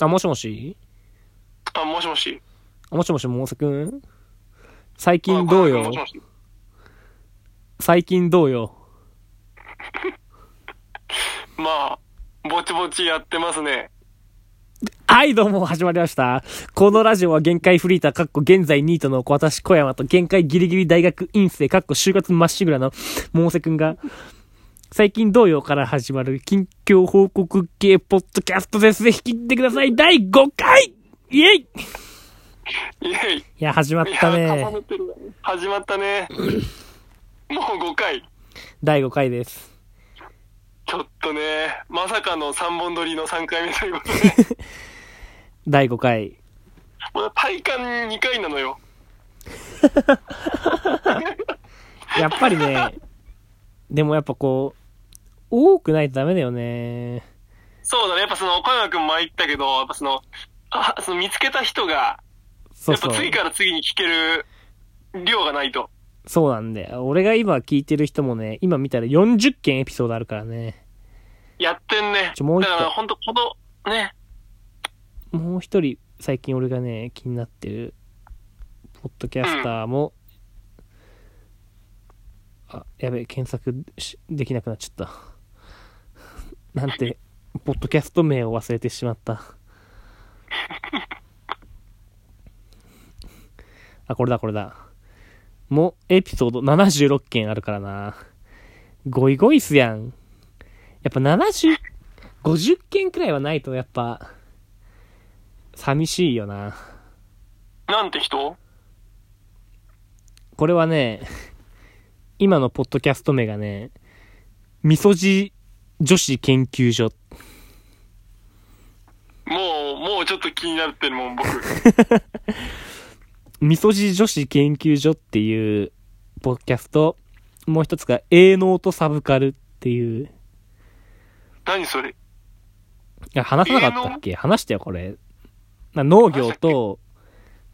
あ、もしもしあ、もしもし。あ、もしもし、ももさくん最近どうあ小山君もよしもし最近どうよまあ、ぼちぼちやってますね。はい、どうも、始まりました。このラジオは限界フリーター、かっこ現在ニートの私、小山と限界ギリギリ大学院生、かっこ就活まっしぐらの百瀬くんが、最近同様から始まる近況報告系ポッドキャストです。ぜひ聞いてください。第5回イエイいイェイ。いや、始まっやた重ね。ねてるわ始まった ね。もう5回。第5回です。ちょっとね、まさかの3本撮りの3回目ということで。第5回。もう体感2回なのよ。やっぱりね、でもやっぱこう、多くないとダメだよね。そうだね。やっぱその、小山くん前言ったけど、やっぱその、あその見つけた人が、そやうっそぱう。次から次に聞ける量がないと。そうなんだよ。俺が今聞いてる人もね、今見たら40件エピソードあるからね。やってんね。ちょもう一だ個から本当この、ね、もう一人、最近俺がね、気になってる、ポッドキャスターも、あ、やべえ、検索しできなくなっちゃった。 なんて、ポッドキャスト名を忘れてしまった。あ、これだ、これだ。もう、エピソード76件あるからな。ゴイゴイスやん。やっぱ70、50件くらいはないと、やっぱ、寂しいよな。なんて人これはね、今のポッドキャスト名がね、みそじ女子研究所。もう、もうちょっと気になってるもん、僕。みそじ女子研究所っていうポッドキャスト。もう一つが、営農とサブカルっていう。い何それや、話さなかったっけ話したよ、これ。な農業と、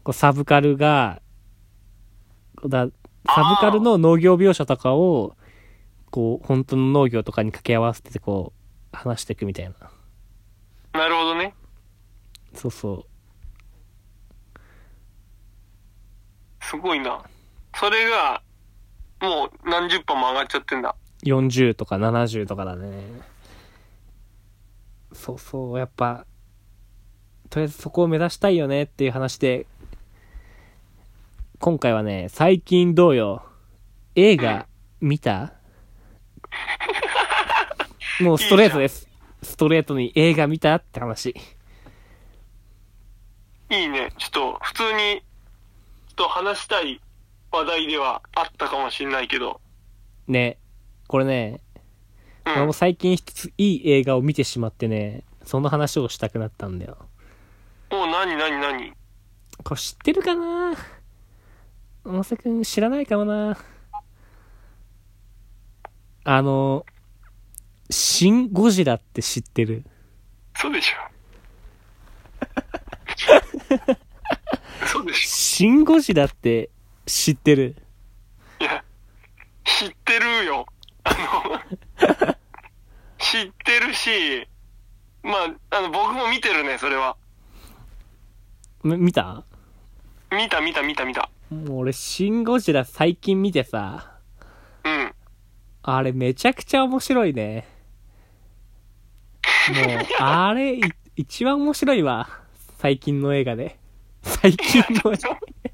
こうサブカルが、だサブカルの農業描写とかを、こう、本当の農業とかに掛け合わせて、こう、話していくみたいな。なるほどね。そうそう。すごいな。それが、もう何十本も上がっちゃってんだ。 40とか70とかだねそうそうやっぱとりあえずそこを目指したいよねっていう話で今回はね最近どうよ映画見たもうストレートですストレートに映画見たって話いいね。ちょっと、普通に、ちょっと話したい話題ではあったかもしんないけど。ねこれねうん。俺も最近一ついい映画を見てしまってねその話をしたくなったんだよおう、何、何、何これ知ってるかな大瀬くん知らないかもなあの、シン・ゴジラって知ってるそうでしょ。そうでしシン・ゴジラって知ってるょ。いや、知ってるよ。あの、知ってるし、まあ、あの、僕も見てるね、それは。み見た見た、見た、見た、見た。もう俺、シン・ゴジラ最近見てさ、うん。あれめちゃくちゃ面白いね。もう、あれ、い一番面白いわ。最近の映画で。最近の、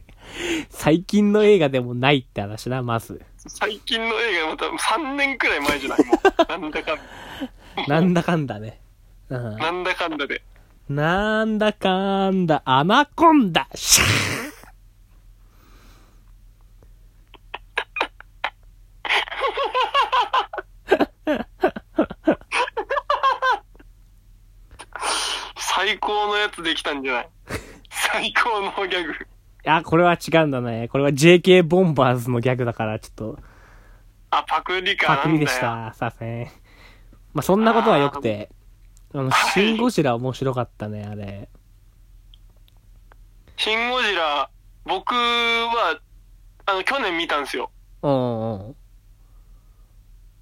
最近の映画でもないって話な、まず。最近の映画、また3年くらい前じゃないもう。なんだ かんなんだかんだね。うん。なんだかんだで。なんだかんだ、アナコンダシャー最高のやつできたんじゃない最高のギャグ。あ、これは違うんだね。これは JK ボンバーズのギャグだから、ちょっと、あ、パクリか。パクリでしなんだよ。た。させん。まあ、そんなことはよくて。あの、はいシンゴジラ面白かったね、あれ。シン・ゴジラ、僕は、あの、去年見たんですよ。うんう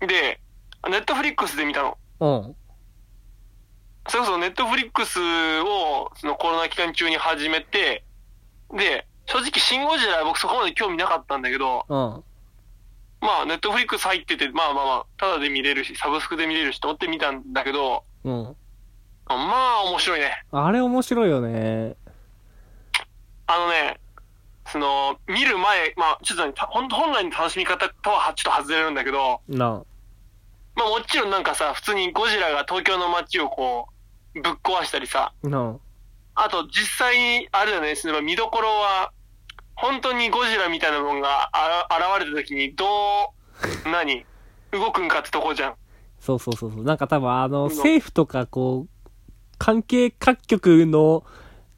ん。で、ネットフリックスで見たの。うん。それこそネットフリックスをそのコロナ期間中に始めて、で、正直シンゴジラは僕そこまで興味なかったんだけど、うん。まあネットフリックス入ってて、まあまあまあ、ただで見れるし、サブスクで見れるしと思って見たんだけど、うん。まあ面白いね。あれ面白いよね。あのね、その、見る前、まあちょっとね、た本本来の楽しみ方とはちょっと外れるんだけど、なまあもちろんなんかさ、普通にゴジラが東京の街をこう、ぶっ壊したりさ、あ。なあと実際に、あれだね、その見どころは、本当にゴジラみたいなもんがあら現れた時にどう、何動くんかってとこじゃん。あ。そうそうそうそう。なんか多分あの、うん政府とかこう、関係各局の、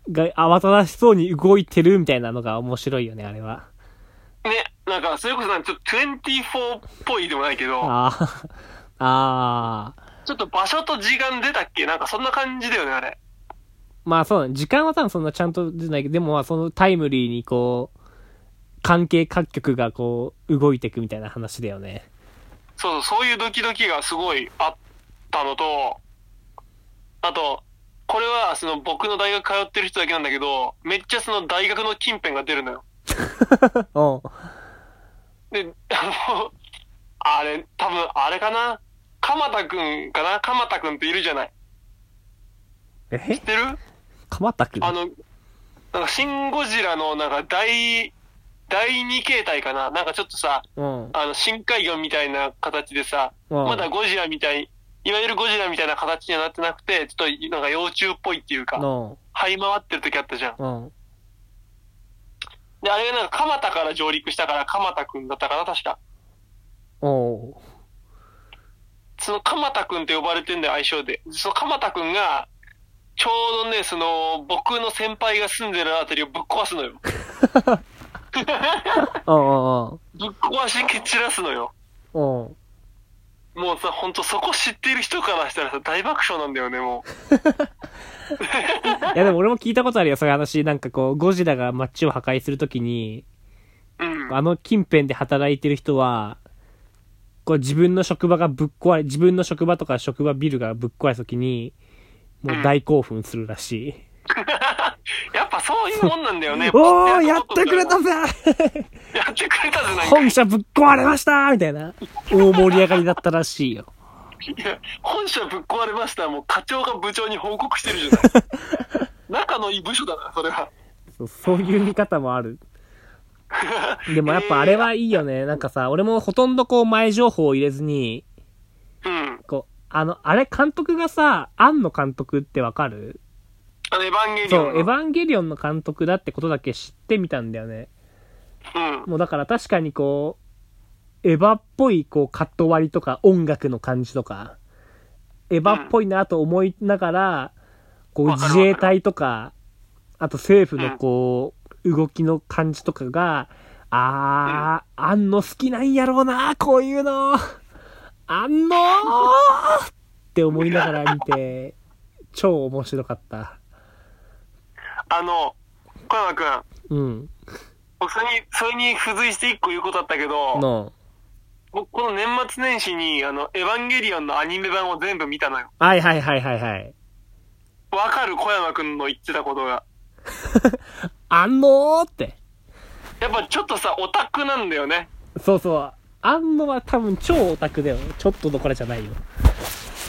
が慌ただしそうに動いてるみたいなのが面白いよね、あれは。ね、なんか、それこそなんかちょっと24っぽいでもないけど、ああ。 ああ。ちょっと場所と時間出たっけなんかそんな感じだよね、あれ。まあそうだね。時間は多分そんなちゃんと出ないけど、でもまあそのタイムリーにこう、関係各局がこう、動いていくみたいな話だよね。 そうそう、そういうドキドキがすごいあったのと、あと、これはその僕の大学通ってる人だけなんだけど、めっちゃその大学の近辺が出るのよ。うん。で、あの、あれ、多分あれかな鎌田くんかな鎌田くんっているじゃない え知ってる鎌田くんあの、なんかシンゴジラのなんか第、第二形態かななんかちょっとさ、うん。あの、深海魚みたいな形でさ、うんまだゴジラみたい、いわゆるゴジラみたいな形にはなってなくて、ちょっとなんか幼虫っぽいっていうか、の、這い回ってる時あったじゃん。うん。で、あれがなんか蒲田から上陸したから蒲田くんだったかな確か。おう。その鎌田くんって呼ばれてんだよ、愛称で。その鎌田くんが、ちょうどね、その、僕の先輩が住んでるあたりをぶっ壊すのよ。うんうんぶっ壊し蹴散らすのよ。うん。うん。もうさ、ほんとそこ知ってる人からしたらさ、大爆笑なんだよね、もいやでも俺も聞いたことあるよ、そういう話。なんかこう、ゴジラが街を破壊するときに、う。うん。あの近辺で働いてる人は、こう自分の職場がぶっ壊れ、自分の職場とか職場ビルがぶっ壊れたときに、もう大興奮するらしい。やっぱそういうもんなんだよね。 おー知やっることてくれただぜやってくれたじゃないか。本社ぶっ壊れましたみたいな。大盛り上がりだったらしいよ。いや本社ぶっ壊れました。もう課長が部長に報告してるじ ゃない。仲のいい部署だな、それは。そうそういう見方もある。でもやっぱあれはいいよね。なんかさ、俺もほとんどこう前情報を入れずに、うん。こう、あの、あれ監督がさ、庵野監督ってわかるあの、エヴァンゲリオンその。う、エヴァンゲリオンの監督だってことだけ知ってみたんだよね。うん。もうだから確かにこう、エヴァっぽいこうカット割りとか音楽の感じとか、エヴァっぽいなと思いながら、こうわかるわか自る衛隊とか、あと政府のこう、動きの感じとかが、あー、あんの好きなんやろうな、こういうの。あんのーって思いながら見て、超面白かった。あの、小山くん、うん。僕それに、それに付随して一個言うことあったけど、の、僕この年末年始に、あの、エヴァンゲリオンのアニメ版を全部見たのよ。はいはいはいはいはい。わかる小山くんの言ってたことが。あんのーって。やっぱちょっとさ、オタクなんだよね。そうそう。あんのは多分超オタクだよ。ちょっとどころじゃないよ。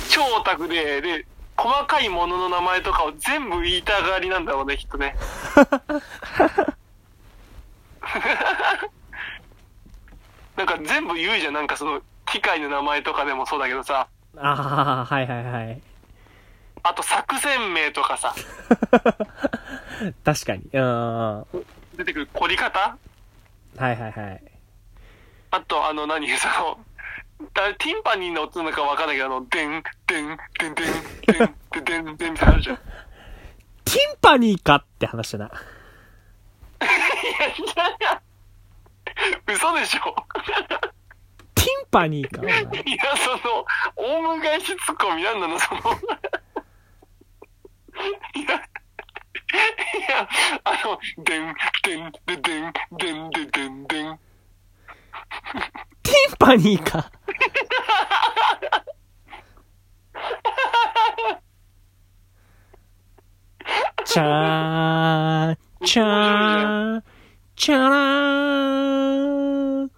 超オタクで、で、細かいものの名前とかを全部言いたがりなんだろうね、きっとね。 なんか全部言うじゃん、なんかその、機械の名前とかでもそうだけどさ、ああ、はいはいはい。あと作戦名とかさ、確かに。うん。は出てくる凝り方いはいはい。あと、あの何、その、だティンパニーの音なのかわかんないけど、あの、でん、でん、でん、でん、でん、でん、でん、でんみたいなのあるじゃん。いティンパニーかって話だな。や、いやいや、嘘でしょ。ティンパニーか。お前いや、その、オウム返しツッコミなんなの、その。いや、いや、あの、でん、でん、でん、でん、でん、でん、でん、でん。ティンパニーか。チャー、チャー、チャラー。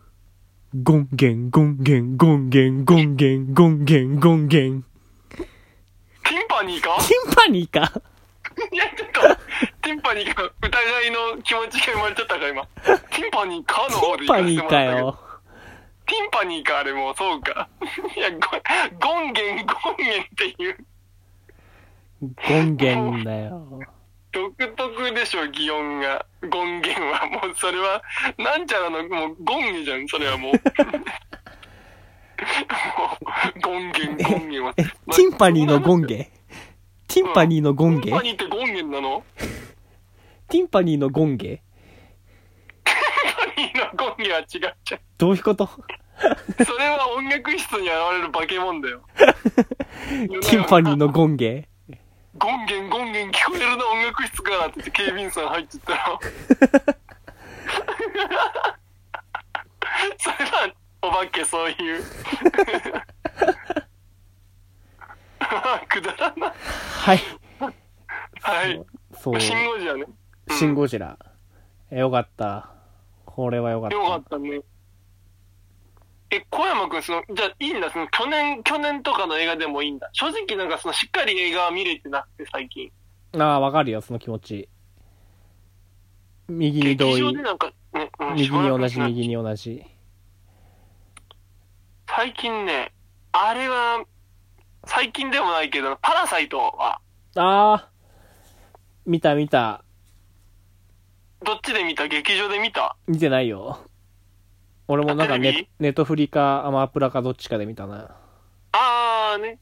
ゴンゲン、ゴンゲン、ゴンゲン、ゴンゲン、ゴンゲン、ゴンゲン。ティンパニーかティンパニーかいや、ちょっと、ティンパニーか、疑いの気持ちが生まれちゃったか、今。ティンパニーかのテ方ィでン言パわせてニもーらったかけど。よ。ティンパニーか、あれも、そうか。いや、ゴゴンゲン、ゴンゲンっていう、ゴンゲンだよ。独特でしょ、擬音が。ゴンゲンは、もう、それは、なんちゃらの、もう、ゴンゲじゃん、それはもう。も うゴンゲン、ゴンゲンは。え、ティンパニーのゴンゲティンパニーのゴンテゲィンパニーってゴンゲンなのティンパニーのゴンゲティンパニーのゴンゲンは違っちゃう。どういうことそれは音楽室に現れる化け 物だよ。テティンパニーのゴンゲゴンゲンゴンゲン聞こえるな音楽室からって言って警備員さん入ってったらそれはお化けそういうまあくだらないはい。はいそう。シン・ゴジラねシン・ゴジラ。えよかった。これはよかった。よかったねえ小山君そのじゃあいいんだその去年去年とかの映画でもいいんだ正直なんかそのしっかり映画は見れてなくて最近ああ、わかるよ、その気持ち。右に劇同場意で。なんか、ねうん右に同じ、しばらくしない右に同じ。最近ね、あれは、最近でもないけど、パラサイトは、ああ、見た見た。どっちで見た劇場で見た見てないよ。俺もなんかあテネレビネットフリかアマプラかどっちかで見たな。あーね。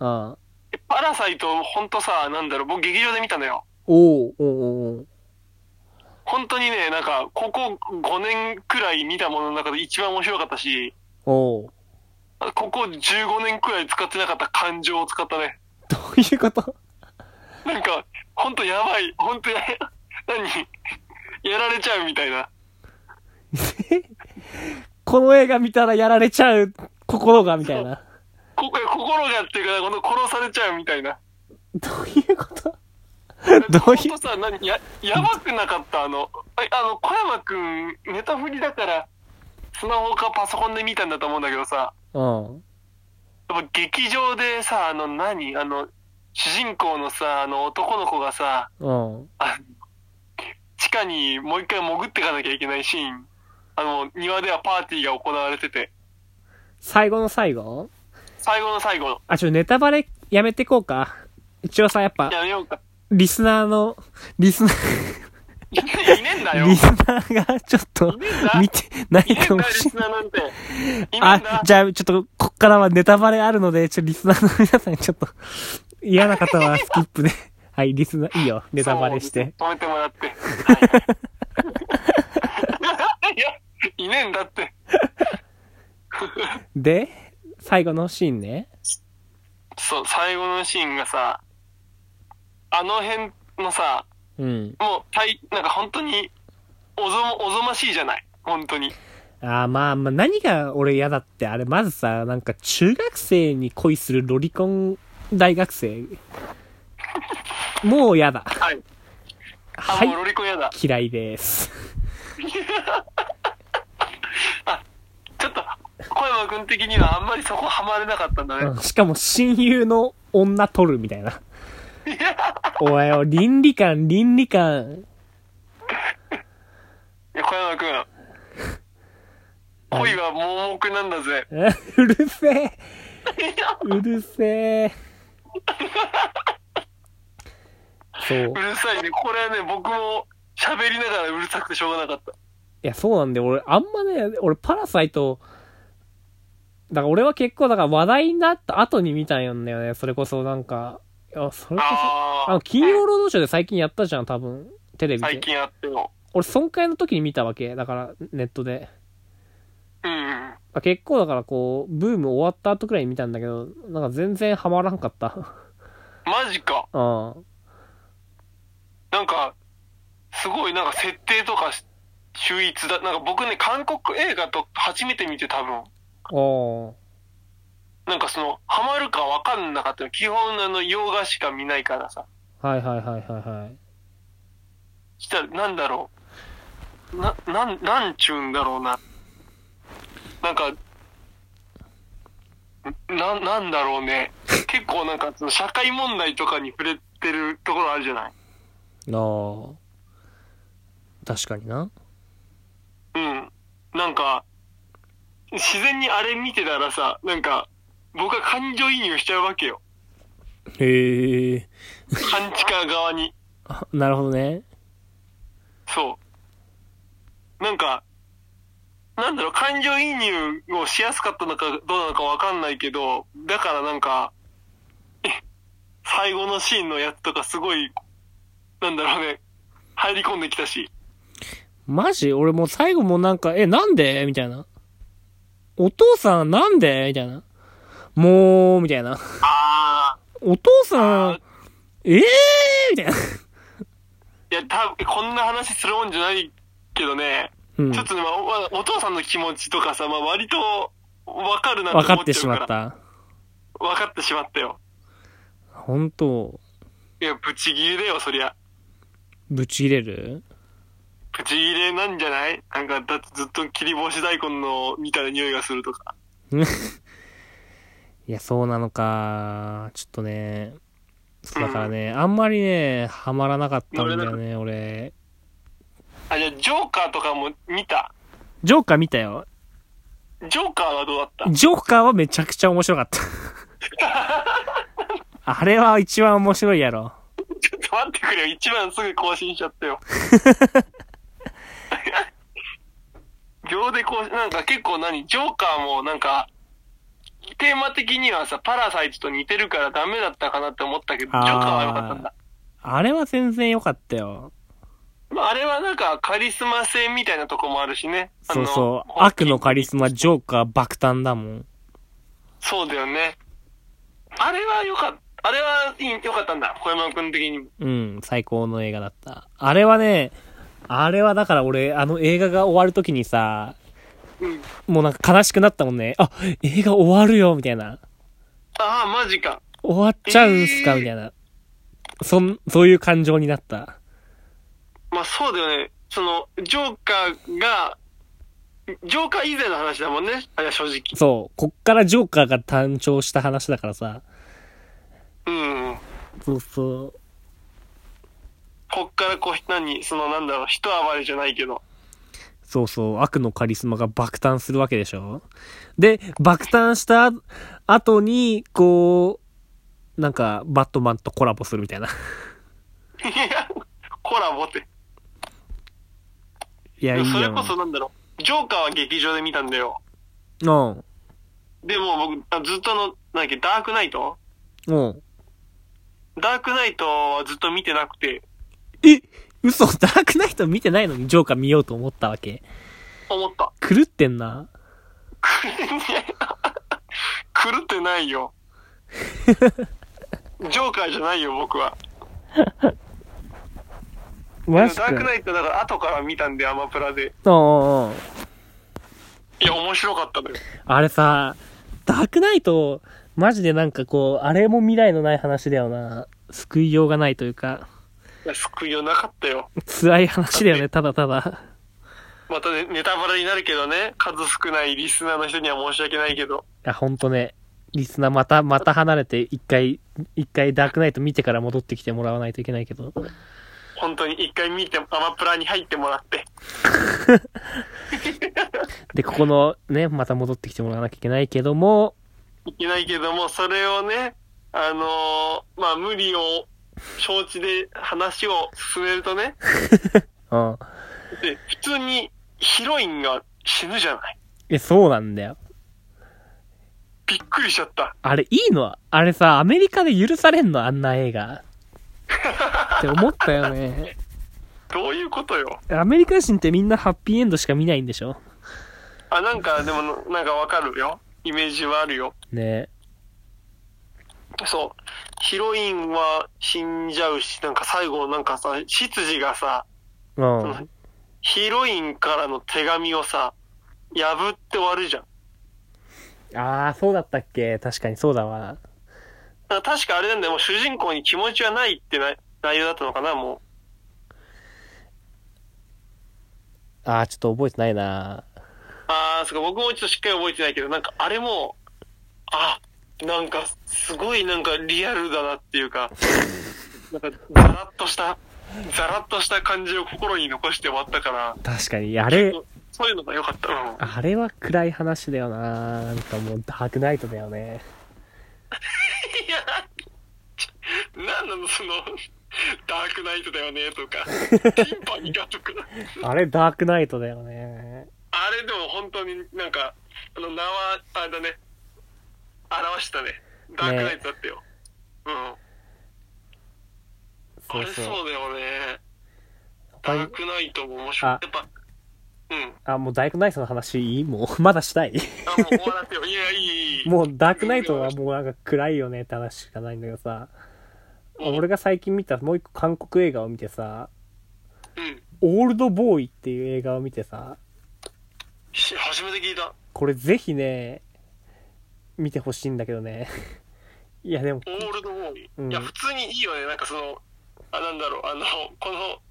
うん。えパラサイト、ほんとさ、なんだろう、僕劇場で見たのよ。おうおうおう本当にね、なんか、ここ5年くらい見たものの中で一番面白かったし、おうおうここ15年くらい使ってなかった感情を使ったね。どういうことなんか、ほんとやばい、ほんとや、 何やられちゃうみたいな。この映画見たらやられちゃう心がみたいな。こ 心がっていうか、この殺されちゃうみたいな。どういうこと どどうういうさ、何や、やばくなかったあの、えあの、小山くん、ネタ振りだから、スマホかパソコンで見たんだと思うんだけどさ、うん。やっぱ劇場でさ、あの何、あの、主人公のさ、あの男の子がさ、うん。あ地下にもう一回潜っていかなきゃいけないシーン、あの、庭ではパーティーが行われてて、最後の最後最後の最後、あ、ちょ、ネタバレやめてこうか。一応さ、やっぱ、やめよ うか。リスナーの、リスナー、いねえんだよ。リいねスナーがちょっと見てないえかんもだよ、リしれスない。ナーなんて。いねえんあだ、。じゃあちょっと、こっからはネタバレあるので、ちょっとリスナーの皆さんちょっと、嫌な方はス キップで。はい、リスナー、いいよ、ネタバレして。そう。止めても らって。はい、いや、いねえんだって。で、最後のシーンね。そう、最後のシーンがさ、あの辺のさ、うん。もう、たいなんか本当に、おぞま、おぞましいじゃない。本当に。あーまあまあ、何が俺嫌だって、あれ、まずさ、なんか中学生に恋するロリコン大学生。もう嫌だ。はい。あ、はいもう、ロリコンやだ。嫌いです。ちょっと、小山君的にはあんまりそこハマれなかったんだね。うんしかも親友の女取るみたいな。おいよ、倫理観、倫理観。 いや小山君、恋は盲目なんだ ぜ。えうるせえ。うるせえ。そうう。るさいね。これはね、僕も喋りながらうるさくてしょうがなかった。いや、そうなんで、俺、あんまね、俺、パラサイト、だから俺は結構、だから話題になった後に見たんだよね。それこそなんか、いや、それこそ、あああの、金曜ロードショーで最近やったじゃん、多分。テレビ最で。近あっても。俺、損壊の時に見たわけ。だから、ネットで。うんうん。あ結構だからこう、ブーム終わった後くらいに見たんだけど、なんか全然ハマらんかった。 マジか。うん。なんか、すごいなんか設定とかし秀逸だ。なんか僕ね、韓国映画と初めて見て多分。おーなんかその、ハマるかわかんなかったの。基本あの、洋画しか見ないからさ。はいはいはいはいはい。来た、なんだろう。な、なん、なんちゅうんだろうな。なんか、な、なんだろうね。結構なんか、その社会問題とかに触れてるところあるじゃなああ。い。確かにな。うん。なんか、自然にあれ見てたらさ、なんか、僕は感情移入しちゃうわけよ。へえ。半地下側に。あ なるほどね。そう。なんか、なんだろう、感情移入をしやすかったのかどうなのかわかんないけど、だからなんか、え最後のシーンのやつとかすごい、なんだろうね、入り込んできたし。マジ俺もう最後もなんか、え、なんでみたいな。お父さんなんでみたいな。もう、みたいな。あお父さん、ええー、みたいな。 ー。いや、たこんな話するもんじゃないけどね、うんちょ。っとね、まあまあ、お父さんの気持ちとかさ、まあ、割と、わかるなと思分ってかるってしまから。っ。た。わかってしまったよ。本当いや、ブチギレだよ、そりゃ。ぶち切れる口入れなんじゃないなんか、だってずっと切り干し大根のみたいな匂いがするとか。いや、そうなのか。ちょっとね。そうだからね、あんまりね、ハマらなかったんだよね、俺。あ、じゃあ、ジョーカーとかも見た。ジョーカー見たよ。ジョーカーはどうだったジョーカーはめちゃくちゃ面白か った。あれは一番面白いやろ。ちょっと待ってくれよ。一番すぐ更新しちゃったよ。 秒で更新、なんか結構何ジョーカーもなんか、テーマ的にはさ、パラサイトと似てるからダメだったかなって思ったけど、ジョあーーカーは良かったんだ。あれは全然良かったよ。まあ、あれはなんかカリスマ性みたいなとこもあるしね。あそうそう。悪のカリスマ、ジョーカー爆誕だもん。そうだよね。あれはよかった、あれはいい、よかったんだ。小山君的にも。うん、最高の映画だった。あれはね、あれはだから俺、あの映画が終わるときにさ、うん。もうなんか悲しくなったもんね。あ、映画終わるよ、みたいな。ああ、マジか。終わっちゃうんすか、えーみたいな。そん、そういう感情になった。まあそうだよね。その、ジョーカーが、ジョーカー以前の話だもんね。あれは正直。そう、こっからジョーカーが誕生した話だからさ。うん。そうそこっからこう、何、そのなんだろう、一暴れじゃないけど。 う。そうそう、悪のカリスマが爆誕するわけでしょで、爆誕した後に、こう、なんか、バットマンとコラボするみたいな。いや、コラボって。いや、いいそやれん。こそなんだろう、ジョーカーは劇場で見たんだよ。うん。でも僕、あずっとあの、なんだっけ、ダークナイトうん。ダークナイトはずっと見てなくて、え嘘ダークナイト見てないのにジョーカー見ようと思ったわけ思った。狂ってんな。 狂ってないよ。ジョーカーじゃないよ、僕は。ダマークナイトだから後から見たんで、アマプラで。うんうんうん。いや、面白かったのよ。あれさ、ダークナイト、マジでなんかこう、あれも未来のない話だよな。救いようがないというか、いや救いようなかったよ。辛い話だよね、ただただ。またね、ネタバレになるけどね、数少ないリスナーの人には申し訳ないけど。いや、ほんとね、リスナーまた、また離れて、一回、一回ダークナイト見てから戻ってきてもらわないといけないけど。本当に一回見て、アマプラに入ってもらって。で、ここのね、また戻ってきてもらわなきゃいけないけども、いけないけども、それをね、あのーまあ、無理を承知で話を進めるとね、うん。で、普通にヒロインが死ぬじゃない。え、そうなんだよ。びっくりしちゃった。あれ、いいのあれさ、アメリカで許されんのあんな映画。って思ったよね。 どういうことよ。アメリカ人ってみんなハッピーエンドしか見ないんでしょあ、なんか、でも、なんかわかるよ。イメージはあるよ。ねそう。ヒロインは死んじゃうし、なんか最後、なんかさ、執事がさ、うん。そのヒロインからの手紙をさ、破って終わるじゃん。ああ、そうだったっけ確かにそうだわ。なんか確かあれなんだよ、もう主人公に気持ちはないってな内容だったのかな、もああ、ちょっと覚えてないなう。あー、そっか、僕もちょっとしっかり覚えてないけど、なんかあれも、あ、なんか、すごいなんかリアルだなってい うか、なんか、ザラッとした、ザラッとした感じを心に残して終わったから、確かに、あれ、そういうのが良かった。うんあれは暗い話だよななんかもう、ダークナイトだよね。いや、なんなのその、ダークナイトだよねと か、ティンパニかとか。あれ、ダークナイトだよね。あれでも本当になんか、あの、名は、あれだね、表したね。ダークナイトだったよ。うん。あそうれそそうう。だよね。他にダークナイトも面白いあ。やっぱ、うん。あ、もうダークナイトの話いいもう、 まだしたい。あ、もう終わらせよう。いや、いい、いい。もう、ダークナイトはもうなんか暗いよねって話しかないんだけどさ。うん俺が最近見たもう一個韓国映画を見てさ、うん。いオールドボーイっていう映画を見てさ、や初めて聞いた。これぜひね、見てほしいんだけどね。いやでも、オールドボーイ。うんいや、普通にいいよね。なんかその、あ、なんだろう、あの、この、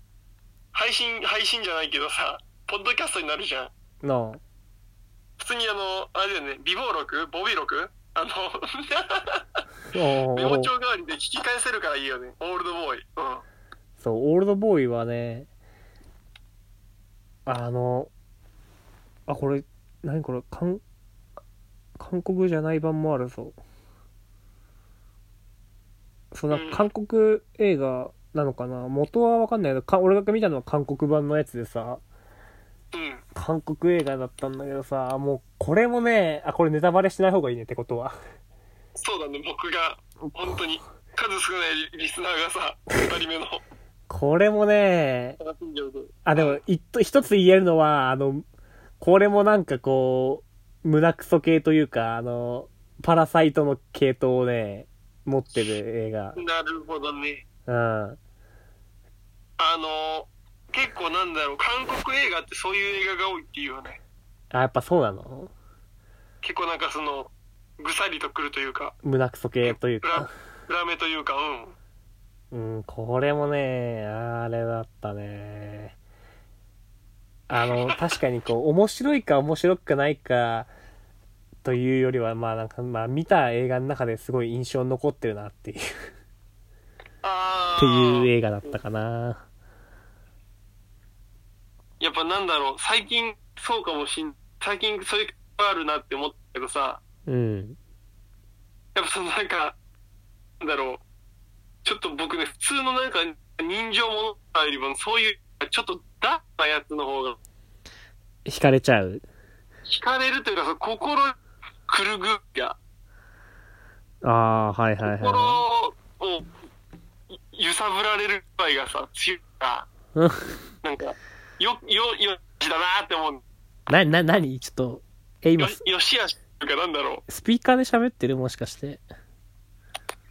配信、配信じゃないけどさ、ポッドキャストになるじゃん。の、普通にあの、あれだよね、微暴録ボビ録 あの、おメーモ帳代わりで聞き返せるからいいよね。オールドボーイ。うん。そう、オールドボーイはね、あの、あ、これ、何これ、韓、韓国じゃない版もあるぞ。そう、なんか韓国映画なのかな元はわかんないけど、か俺が見たのは韓国版のやつでさ、うん。韓国映画だったんだけどさ、もう、これもね、あ、これネタバレしない方がいいねってことは。そうだね、僕が、本当に、数少ないリスナーがさ、二人目のこれもね、楽しんじゃうと。あ、でも、一と一つ言えるのは、あの、これもなんかこう、胸クソ系というか、あの、パラサイトの系統をね、持ってる映画。なるほどね。うん。あの、結構なんだろう、韓国映画ってそういう映画が多いっていうよね。あ、やっぱそうなの結構なんかその、ぐさりとくるというか、胸クソ系という裏か。、裏目というか、うん。うん、これもね、あれだったね。あの、確かにこう、面白いか面白くないか、というよりは、まあなんか、まあ見た映画の中ですごい印象に残ってるなっていう、っあていーう映画だったかな。やっぱなんだろう、最近そうかもしん、最近そういうのあるなって思ったけどさ、うん。やっぱそのなんか、なんだろう、ちょっと僕ね、普通のなんか人情ものよりも、そういう、ちょっとダッなやつの方が、惹かれちゃう。惹かれるというか、その心くるぐるや、ああ、はいはい心はをい揺さぶられる場合がさ、強いから、い。うんなんか、よ、よ、よしだなって思う。な、な、なにちょっと、え、今よ、、よしあしというかなんだろう。スピーカーで喋ってるもしかして。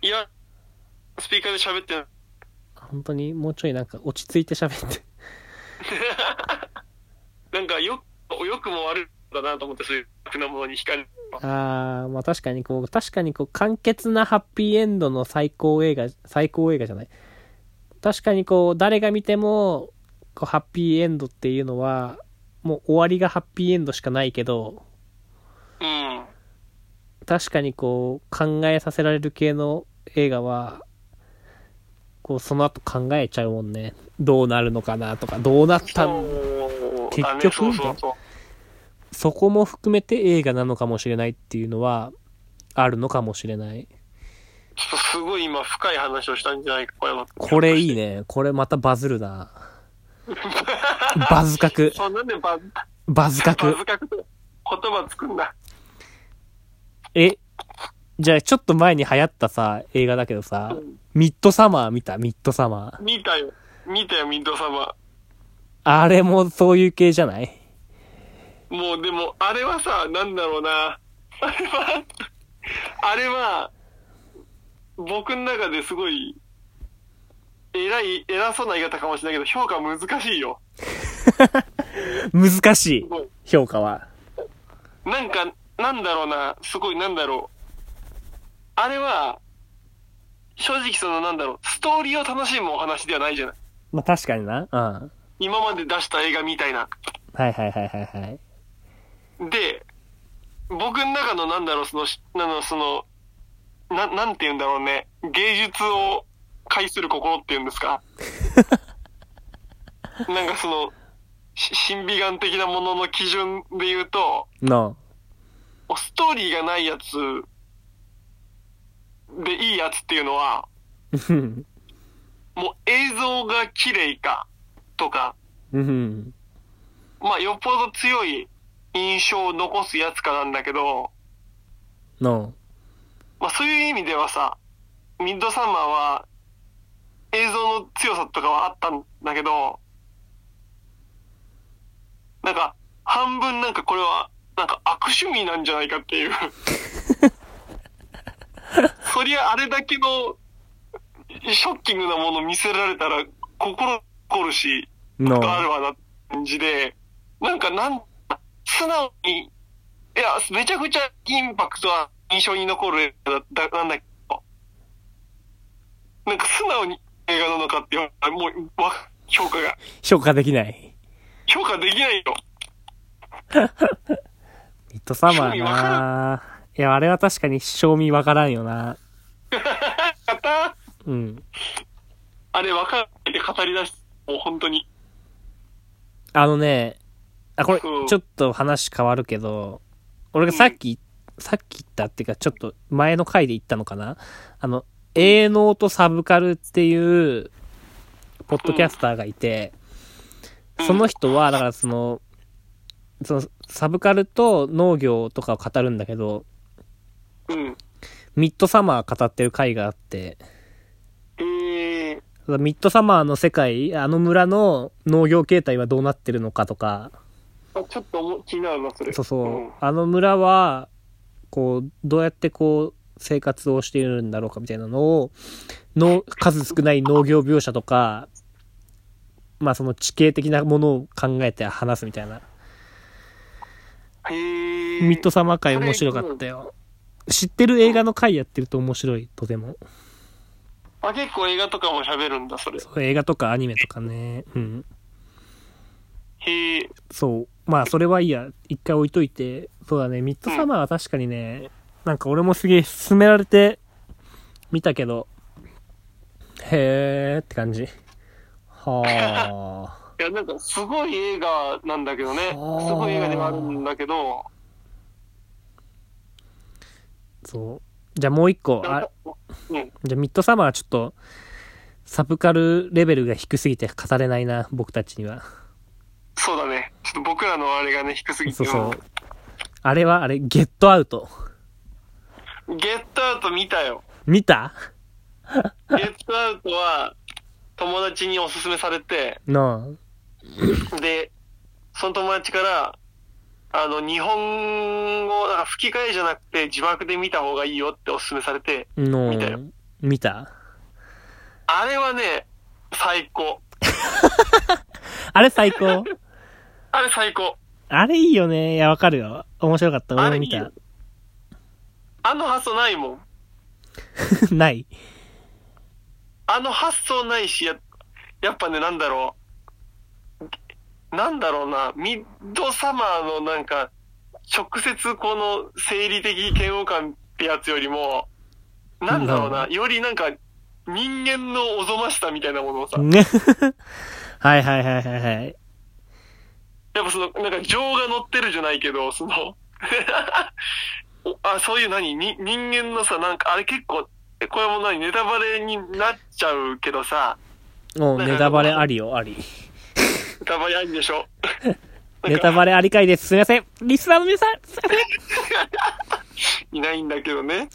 いや、スピーカーで喋ってない本当に、もうちょいなんか落ち着いて喋って。なんかよ、よくも悪いだなと思って、そういう悪なものに惹かれる。ああ、まあ確かにこう、確かにこう、簡潔なハッピーエンドの最高映画、最高映画じゃない。確かにこう、誰が見ても、こう、ハッピーエンドっていうのは、もう終わりがハッピーエンドしかないけど、うん。確かにこう考えさせられる系の映画はこうその後考えちゃうもんねどうなるのかなとかどうなったんそう結だね、局そうそうそう。そこも含めて映画なのかもしれないっていうのはあるのかもしれないちょっとすごい今、深い話をしたんじゃないか、小山君これいいねこれまたバズるなバズ角そう、なんでバズ、バズバ角ズかく言葉つくんだ。えじゃあちょっと前に流行ったさ映画だけどさうんミッドサマー見たミッドサマー見たよ。見たよ、ミント様。あれもそういう系じゃないもう、でも、あれはさ、なんだろうな。あれは、あれは、僕の中ですごい、偉い、偉そうな言い方かもしれないけど、評価難しいよ。難しすいごい。評価はなんか、なんだろうな、すごい、なんだろう。あれは、正直そのなんだろう、ストーリーを楽しむお話ではないじゃない。まあ確かにな。うん。は今まで出した映画みたいな。いはいはいはいはい。で、僕の中のなんだろう、その、しあの、その、な、なんて言うんだろうね。芸術を介する心って言うんですか。なんかその、し審美眼的なものの基準で言うと、の。 もうストーリーがないやつでいいやつっていうのは、うん。もう映像が綺麗かとか、うん。まあよっぽど強い印象を残すやつかなんだけど、の。まあそういう意味ではさ、ミッドサマーは映像の強さとかはあったんだけど、なんか半分なんかこれはなんか悪趣味なんじゃないかっていう。そりゃあれだけのショッキングなもの見せられたら心凝るし、の。があるわな感じで、なんかなん、素直に、いや、めちゃくちゃインパクトは印象に残る映画だだなんだけど、なんか素直に映画なのかって言われたらもう、わ、評価が、消化できない。評価できないよ。ミッドサマー賞味わなーいや、あれは確かに賞味わからんよな。また、うん。あれ分かって語り出す。もう本当に。あのね、あ、これ、ちうょんっと話変わるけど、俺がさっき、さっき言ったっていうか、ちょっと前の回で言ったのかなあの、営農とサブカルっていう、ポッドキャスターがいて、うんその人は、だからその、その、サブカルと農業とかを語るんだけど、うん。ミッドサマー語ってる回があって、えー、ミッドサマーの世界、あの村の農業形態はどうなってるのかとか、あちょっとも気になるな、それ。そうう。そうんあの村は、こう、どうやってこう、生活をしているんだろうかみたいなのを、の、数少ない農業描写とか、まあその地形的なものを考えて話すみたいな。えー、ミッドサマー会面白かったよ。知ってる映画の回やってると面白い、とても。あ、結構映画とかも喋るんだ、それ。映画とかアニメとかね。うん。へえ。そう。まあ、それはいいや。一回置いといて。そうだね。ミッドサマーは確かにね、なんか俺もすげえ勧められて見たけど、へーって感じ。 はあ。いや、なんか、すごい映画なんだけどね。すあーごい映画ではあるんだけど、そう。じゃあもう一個。なんあかうん。じゃあミッドサマーはちょっと、サブカルレベルが低すぎて語れないな、僕たちには。そうだね。ちょっと僕らのあれがね、低すぎて。そうそう。あれはあれ、ゲットアウト。うんゲットアウト見 たよ。見たゲットアウトは、友達におすすめされて、ので、その友達から、あの、日本語、なんか吹き替えじゃなくて字幕で見た方がいいよっておすすめされて、の見たよ見たあれはね、最高。あれ最高。あれ最高。あれいいよね。いや、わかるよ。面白かった。俺あもれい見いよた。あの発想ないもん。 ない。あの発想ないし、ややっぱね、なんだろう。なんだろうな、ミッドサマーのなんか、直接この生理的嫌悪感ってやつよりも、なんだろうな、よりなんか、人間のおぞましさみたいなものをさ、ね。はいはいはいはいはい。やっぱその、なんか情が乗ってるじゃないけど、その、 おあ、そういう何に人間のさ、なんかあれ結構、えこれも何ネタバレになっちゃうけどさ、もうなんかネタバレありよ、あり。ネタバレありで しょなんネかタバレあり会です。すみません。リスナーの皆さん、すいませいないんだけどね。ん。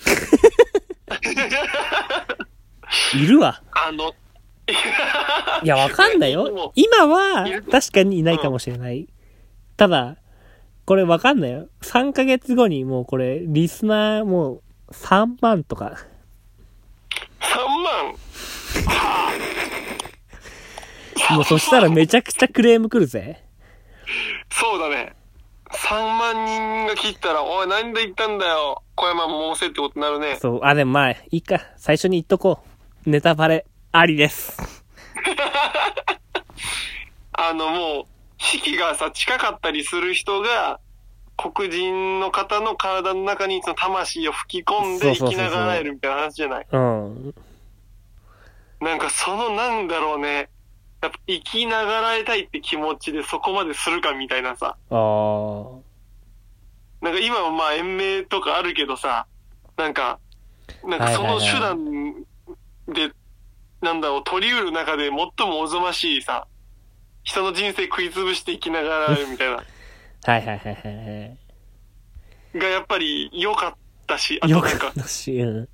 いる わ。あの、いや、わかんないでよも。今いはる、確かにいないかもしれない。ただ、これわかんないよ。3ヶ月後にもうこれ、リスナーもう3万と か。 3万もうそしたらめちゃくちゃクレーム来るぜ。そうだね。3万人が切ったら、おい、なんで言ったんだよ。小山も申せってことになるね。そう、あ、でもまあ、いいか。最初に言っとこう。ネタバレありです。あのもう、式がさ、近かったりする人が、黒人の方の体の中にその魂を吹き込んでそうそうそうそ生うきながらえるみたいな話じゃない。うん。なんかそのなんだろうね。やっぱ生きながらえたいって気持ちでそこまでするかみたいなさ。あー。なんか今はまあ延命とかあるけどさ、なんか、なんかその手段で、なんだろう、取り得る中で最もおぞましいさ、人の人生食い潰して生きながらえるみたいな。 はいはいはいはいはい。がやっぱり良かったし、あとよなんかかっ、たし、うん。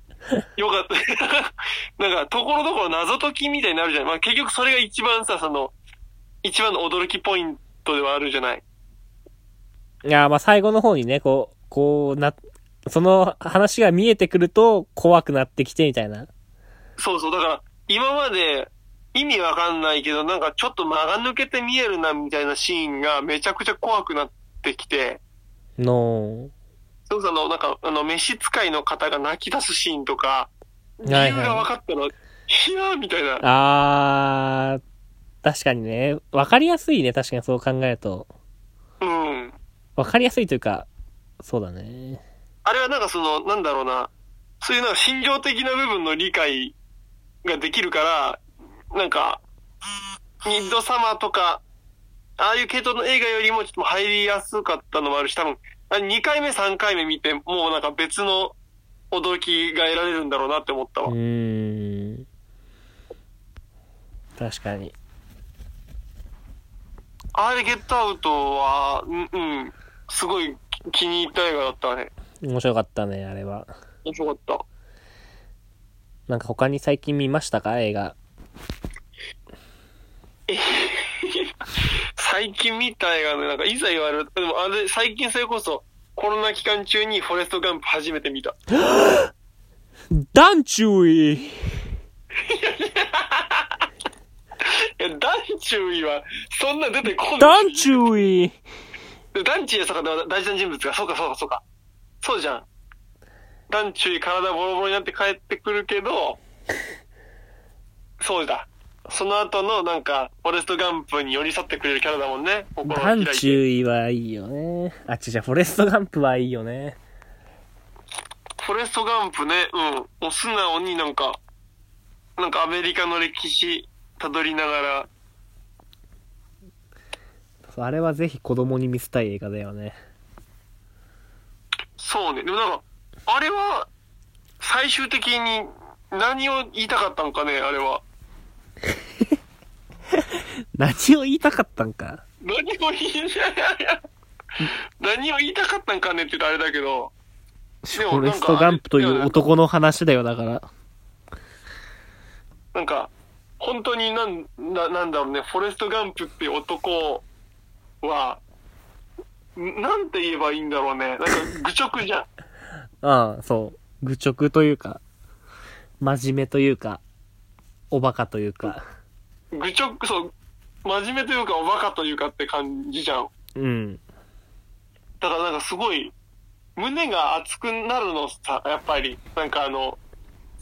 良かった。 なんか、ところどころ謎解きみたいになるじゃない。まあ結局それが一番さ、その、一番の驚きポイントではあるじゃない。いや、まあ最後の方にね、こう、こうな、その話が見えてくると怖くなってきてみたいな。そうそう、だから、今まで意味わかんないけど、なんかちょっと間が抜けて見えるなみたいなシーンがめちゃくちゃ怖くなってきて、のそうそう、あの、なんか、あの、飯使いの方が泣き出すシーンとか、理はい由が分かったの、ひゃーみたいな。あー、確かにね、わかりやすいね、確かにそう考えると。うん。わかりやすいというか、そうだね。あれはなんかその、なんだろうな、そういうなんか心情的な部分の理解ができるから、なんか、ミッドサマーとか、ああいう系統の映画よりもちょっと入りやすかったのもあるし、多分、あ2回目、3回目見て、もうなんか別の驚きが得られるんだろうなって思ったうわ。ーん。確かに。あれ、ゲットアウトは、うん、うん、すごい気に入った映画だったね。面白かったね、あれは。面白かった。なんか他に最近見ましたか映画。最近見た映画ね、なんかいざ言われる、でもあれ、最近それこそ、コロナ期間中にフォレストガンプ初めて見た。ダンチュイいや、ダンチュイは、そんな出てこない。ダンチュュイダンチュイはそうか、大事な人物か。そうか、そうか、そうか。そうじゃん。ダンチュイ体ボロボロになって帰ってくるけど、そうだ。その後の、なんか、フォレストガンプに寄り添ってくれるキャラだもんね。心をダ開いンてチュイはいいよね。あ、違う違う、フォレストガンプはいいよね。フォレストガンプね、うん。もう素直になんか、なんかアメリカの歴史たどりながら、そうあれはぜひ子供に見せたい映画だよね。そうね。でもなんか、あれは、最終的に何を言いたかったのかね、あれは。何を言いたかったんか。何を言い、何を言いたかったんかねって言うとあれだけど、でフォもレなんスかトあガれンプという男の話だよ、だから。なんか、本当になん、な、なんだろうね、フォレストガンプっていう男は、んなんて言えばいいんだろうね。なんか、愚直じゃん。ああ、そう。愚直というか、真面目というか、おバカというか。愚直、そう、真面目というか、おバカというかって感じじゃん。うん。だからなんかすごい、胸が熱くなるのさ、やっぱり。なんかあの、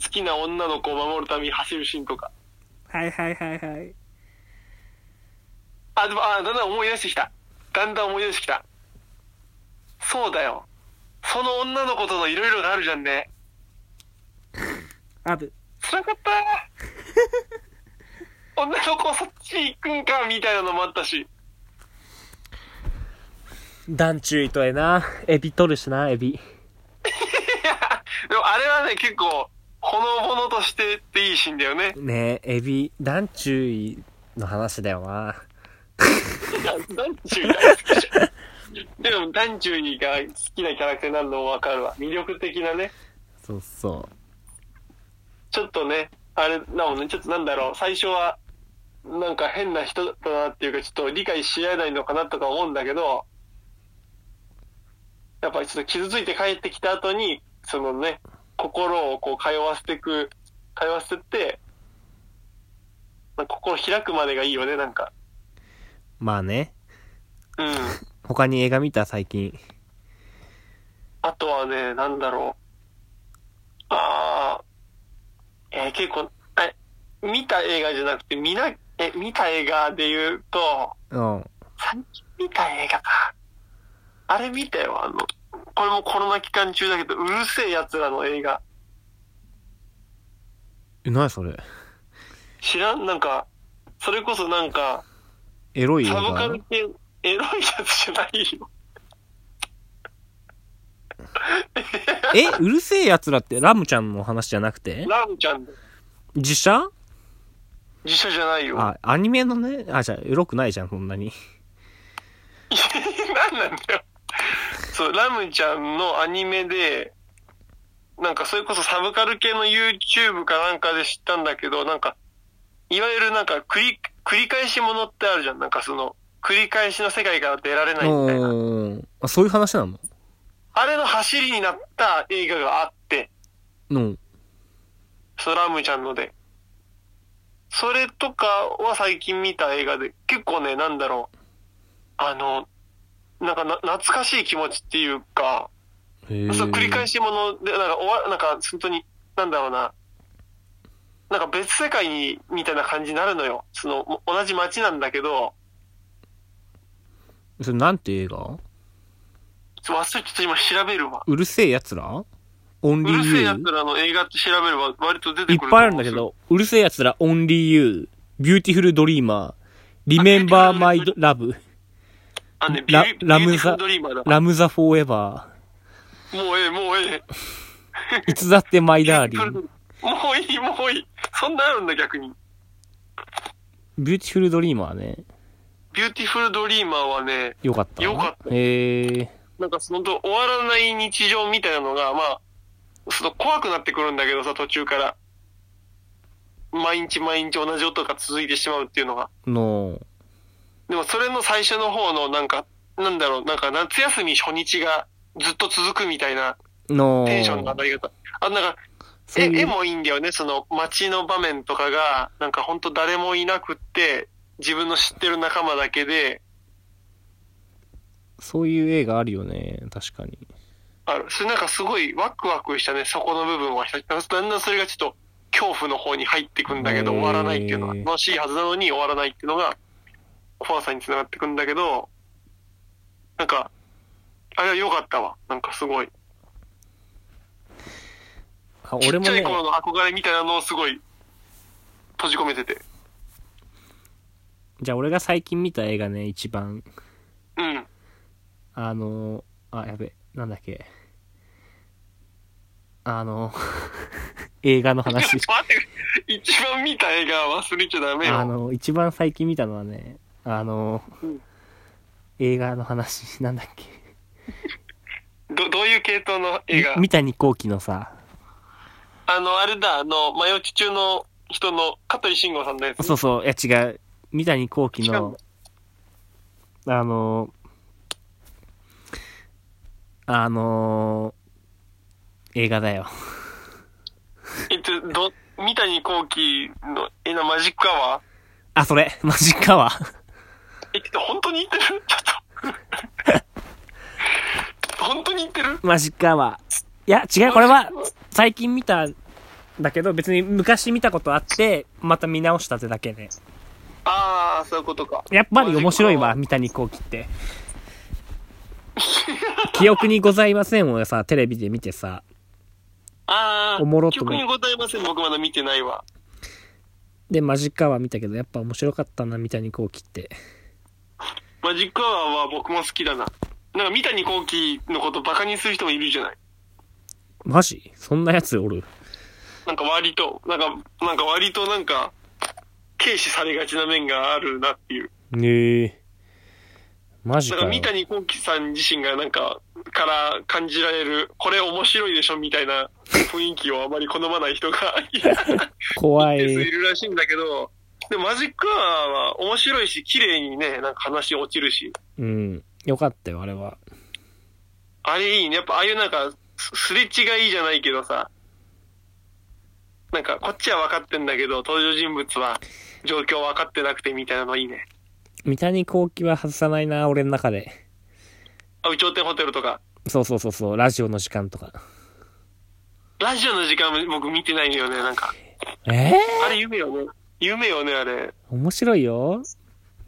好きな女の子を守るために走るシーンとか。はいはいはいはい。あ、でも、あ、だんだん思い出してきた。だんだん思い出してきた。そうだよ。その女の子とのいろいろがあるじゃんね。ある。辛かったー女の子そっち行くんか、みたいなのもあったし。団注意とえな。エビ取るしな、エビ。でもあれはね、結構、ほのぼのとしてっていいシーンだよね。ねえ、エビ、団注意の話だよな。いや、ダンチュイ大好きじゃん。でも、ダンチュイが好きなキャラクターになるのもわかるわ。魅力的なね。そうそちょっとね、あれだもんね、ちょっとなんだろう、最初は、なんか変な人だったなっていうか、ちょっと理解し合えないのかなとか思うんだけど、やっぱりちょっと傷ついて帰ってきた後に、そのね、心をこう通わせてく、通わせてって、なんか心開くまでがいいよね、なんか。う。まあね。うん。他に映画見た最近。あとはね、なんだろう。ああ、えー結構、え見た映画じゃなくて、見な、え、見た映画で言うと、うん。最近見た映画か。あれ見たよ、あの、これもコロナ期間中だけど、うるせえ奴らの映画。え、なにそれ知らんなんか、それこそなんか、エロい映サブ画カル系、エロいやつじゃないよ。え、うるせえ奴らってラムちゃんの話じゃなくてラムちゃん、実写実写じゃないよ。あ、アニメのね、あ、じゃあ、エロくないじゃん、そんなに。 何なんだよ。そう、ラムちゃんのアニメで、なんかそれこそサブカル系の YouTube かなんかで知ったんだけど、なんか、いわゆるなんか繰り、繰り返しものってあるじゃん。なんかその、繰り返しの世界から出られないみたいな。うん。あ、そういう話なのあれの走りになった映画があって、うん。そのラムちゃんので。それとかは最近見た映画で、結構ね、なんだろう。あの、なんかな懐かしい気持ちっていうか、へそう繰り返し。しもので、なんか、終わなんか本当に、なんだろうな、なんか別世界に、みたいな感じになるのよ。その、も同じ街なんだけど、それなんて映画ちょ忘れちょっと今調べるわ。うるせえ奴らオンうリーるユせえー奴らの映画って調べれば割と出いてっくると思う。ぱいあるんだけど、うるせえ奴らオンリーユー、ビューティフルドリーマー、リメンバーマイラブ、あ、ね、ビラューラビュームティフザルドリーマーだ。ラムザフォーエ バもうええ、もうえー、いつだってマイえ。ダーリビューティフル ドン、リーもういい、もういい。そんなあるんだ逆に。ビューティフルドリーマーね。ビューティフルドリーマーはね、よかった。よかったへえ。なんかその終わらない日常みたいなのが、まあ、その怖くなってくるんだけどさ、途中から。毎日毎日同じ音が続いてしまうっていうのが。の、でもそれの最初の方のなんか、なんだろう、なんか夏休み初日がずっと続くみたいなの、テンションの上がり方。あ、なんか、そう絵いう絵もいいんだよね、その街の場面とかが、なんかほんと誰もいなくって、自分の知ってる仲間だけで、そういう映画あるよね。確かに。あるそれなんかすごいワクワクしたね、そこの部分は。だんだんそれがちょっと恐怖の方に入ってくんだけど、へー終わらないっていうのは、楽しいはずなのに終わらないっていうのが、怖さにつながってくんだけど、なんか、あれは良かったわ。なんかすごい。あち俺っもちゃいね、頃の憧れみたいなのをすごい閉じ込めてて。じゃあ俺が最近見た映画ね、一番。うん。あの、あ、やべ、なんだっけ。あの、 映画のちょ話っ。 と待ってくれ、一番見た映画は忘れちゃダメあよ。の、一番最近見たのはね、あの、うん映画の話、なんだっけ。ど、どういう系統の映画み三谷幸喜のさ、あの、あれだ、あの、迷落ち中の人の香取慎吾さんのやつ。そうそう、いや違う、三谷幸喜違うんの、あの、あの、映画だよ。えっと、ど、三谷幸喜の、え、な、マジックアワーあ、それ、 マジかわ。え、ちょっと本当に言ってるちょっと。 本当に言ってるマジかわ。いや、違う、これは、最近見たんだけど、別に昔見たことあって、また見直したってだけで。ああ、そういうことか。やっぱり面白いわ、マ三谷幸喜って。記憶にございませんをさ、テレビで見てさ、ああ、おもろっと曲思うにございません。僕まだ見てないわ。で、マジカは見たけど、やっぱ面白かったな、三谷幸喜って。マジックアワーは僕も好きだな。なんか三谷幸喜のことバカにする人もいるじゃない。マジそんなやつおるなんか割と、なんか、なんか割となんか、軽視されがちな面があるなっていう。ねえ。マジだかからよ三。谷幸喜さん自身がなんか、から感じられる、これ面白いでしょみたいな雰囲気をあまり好まない人が一怖い。定数いるらしいんだけど、でもマジックアワーは面白いし、綺麗にね、なんか話落ちるし、うん。よかったよ、あれは。あれいいね。やっぱああいうなんか、すすれ違いじゃないけどさ、なんかこっちは分かってんだけど、登場人物は状況分かってなくてみたいなのいいね。三谷幸喜は外さないな、俺の中で。あ、有頂天ホテルとか。そうそうそうそう、ラジオの時間とか。ラジオの時間も僕見てないよね、なんか。ええあれ夢よね。夢よね、あれ。面白いよ。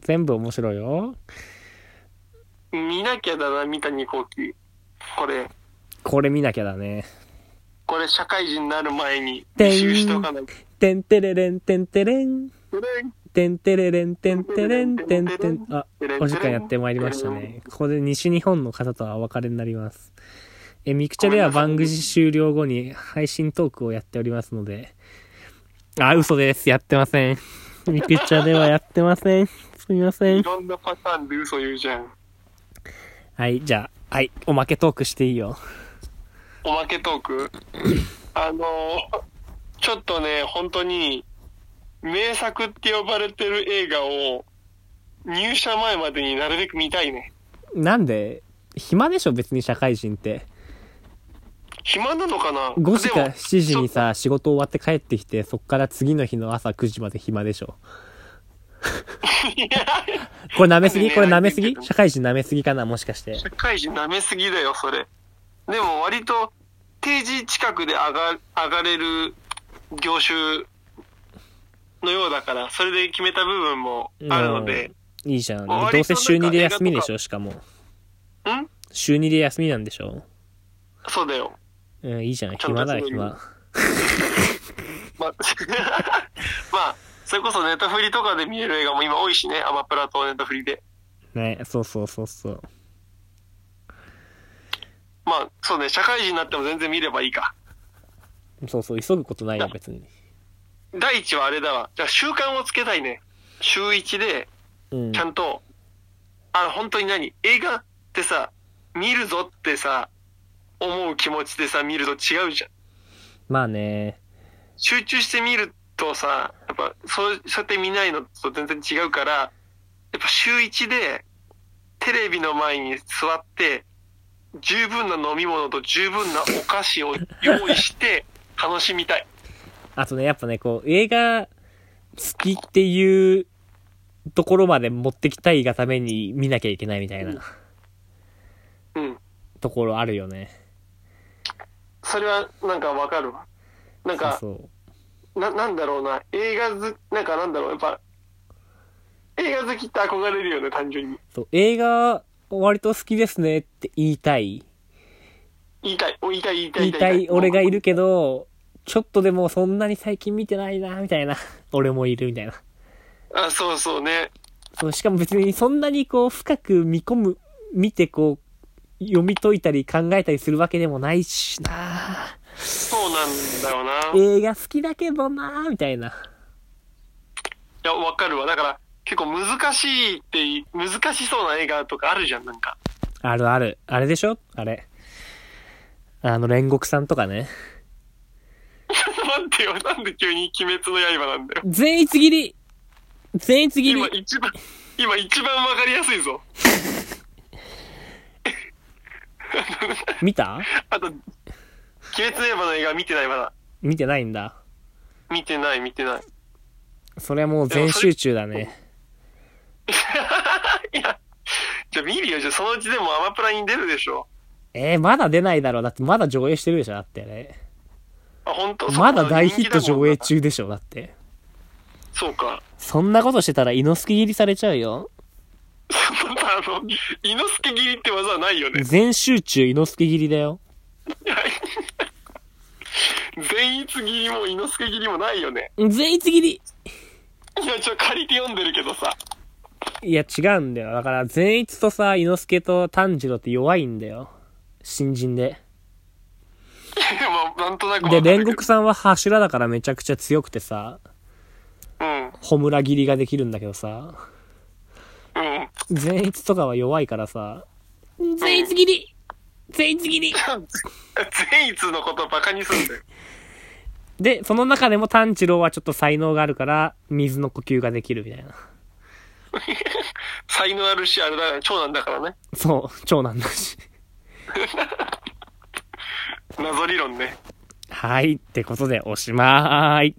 全部面白いよ。見なきゃだな、三谷幸喜。これ、これ見なきゃだね。これ社会人になる前に履修しておかないと。てんてれれんてんてれん。これてんてれれんてんてれんてんてん。あ、お時間やってまいりましたね。ここで西日本の方とはお別れになります。え、ミクチャでは番組終了後に配信トークをやっておりますので。あ、嘘です。やってません。ミクチャではやってません。すみませんい。ろんなパターンで嘘言うじゃん。はい、じゃあ、はい、おまけトークしていいよ。おまけトー クあのーちょっとね、本当に、名作って呼ばれてる映画を、入社前までになるべく見たいね。なんで、暇でしょ別に社会人って。暇なのかな5時かでも7時にさ、仕事終わって帰ってきて、そっから次の日の朝9時まで暇でしょ。いやこれ舐めすぎねこれ舐めすぎなんて言うけど社会人舐めすぎかなもしかして。社会人舐めすぎだよ、それ。でも割と、定時近くで上が、上がれる業種のようだから、それで決めた部分もあるので、いいじゃん。割とどうせ週2で休みでしょしかも。ん週2で休みなんでしょそうだよ。うん、いいじゃん。ちゃんと暇だよ、休み暇。まあ、 まあ、それこそネタフリとかで見える映画も今多いしね、アマプラとネタフリで。ね、そうそうそうそう。まあ、そうね、社会人になっても全然見ればいいか。そうそう、急ぐことないよ、別に。第一はあれだわ。じゃあ習慣をつけたいね。週一で、うんち。ゃんと、あの、本当に何映画ってさ、見るぞってさ、思う気持ちでさ、見ると違うじゃん。まあね。集中して見るとさ、やっぱ、そう、そうやって見ないのと全然違うから、やっぱ週一で、テレビの前に座って、十分な飲み物と十分なお菓子を用意して、楽しみたい。あとね、やっぱね、こう、映画好きっていうところまで持ってきたいがために見なきゃいけないみたいなうん。ところあるよね。それは、なんかわかるわ。なんそうか、そう。な、なんだろうな、映画ず、なんかなんだろう、やっぱ、映画好きって憧れるよね、単純に。そう映画割と好きですねって言いたい。言いたい、お言いたい、言いた言い、いたい俺がいるけど、ど。ちょっとでもそんなに最近見てないな、みたいな。俺もいるみたいな。あ、そうそうね。そう、しかも別にそんなにこう深く見込む、見てこう、読み解いたり考えたりするわけでもないしなそうなんだよな。映画好きだけどなみたいな。いや、わかるわ。だから、結構難しいってい、難しそうな映画とかあるじゃん、なんか。 あるある。あれでしょあれ。あの、煉獄さんとかね。待ってよ、なんで急に鬼滅の刃なんだよ。全一切り全一切今り一番、今一番わかりやすいぞ。見たあと、鬼滅の刃の映画見てない、まだ。見てないんだ。見てない、見てない。それはもう全集中だね。いや、じゃあ見るよ、じゃあそのうちでもアマプラに出るでしょ。えー、まだ出ないだろう。だってまだ上映してるでしょだってね。あ、本当まだ大ヒットそう上映。中でしょだって。そうか。 そんなことしてたら、猪木切りされちゃうよ。そんなあの、猪之助切りって技はないよね。全集中猪木切りだよ。いや 善逸切りも猪之助切りもないよね。全一切りいや、ちょ、借りて読んでるけどさ。いや、違うんだよ。だから、善一とさ、猪助と炭治郎って弱いんだよ。新人で。いやまあ、なんとなくわかで、るけど煉獄さんは柱だからめちゃくちゃ強くてさ、うん。ホムラ切りができるんだけどさ、うん。善逸とかは弱いからさ、善逸切り善逸切り 善逸のことバカにすんだよ。で、その中でも炭治郎はちょっと才能があるから、水の呼吸ができるみたいな。才能あるし、あれだから、長男だからね。そう、長男だし。謎理論ね。はい、ってことでおしまーい。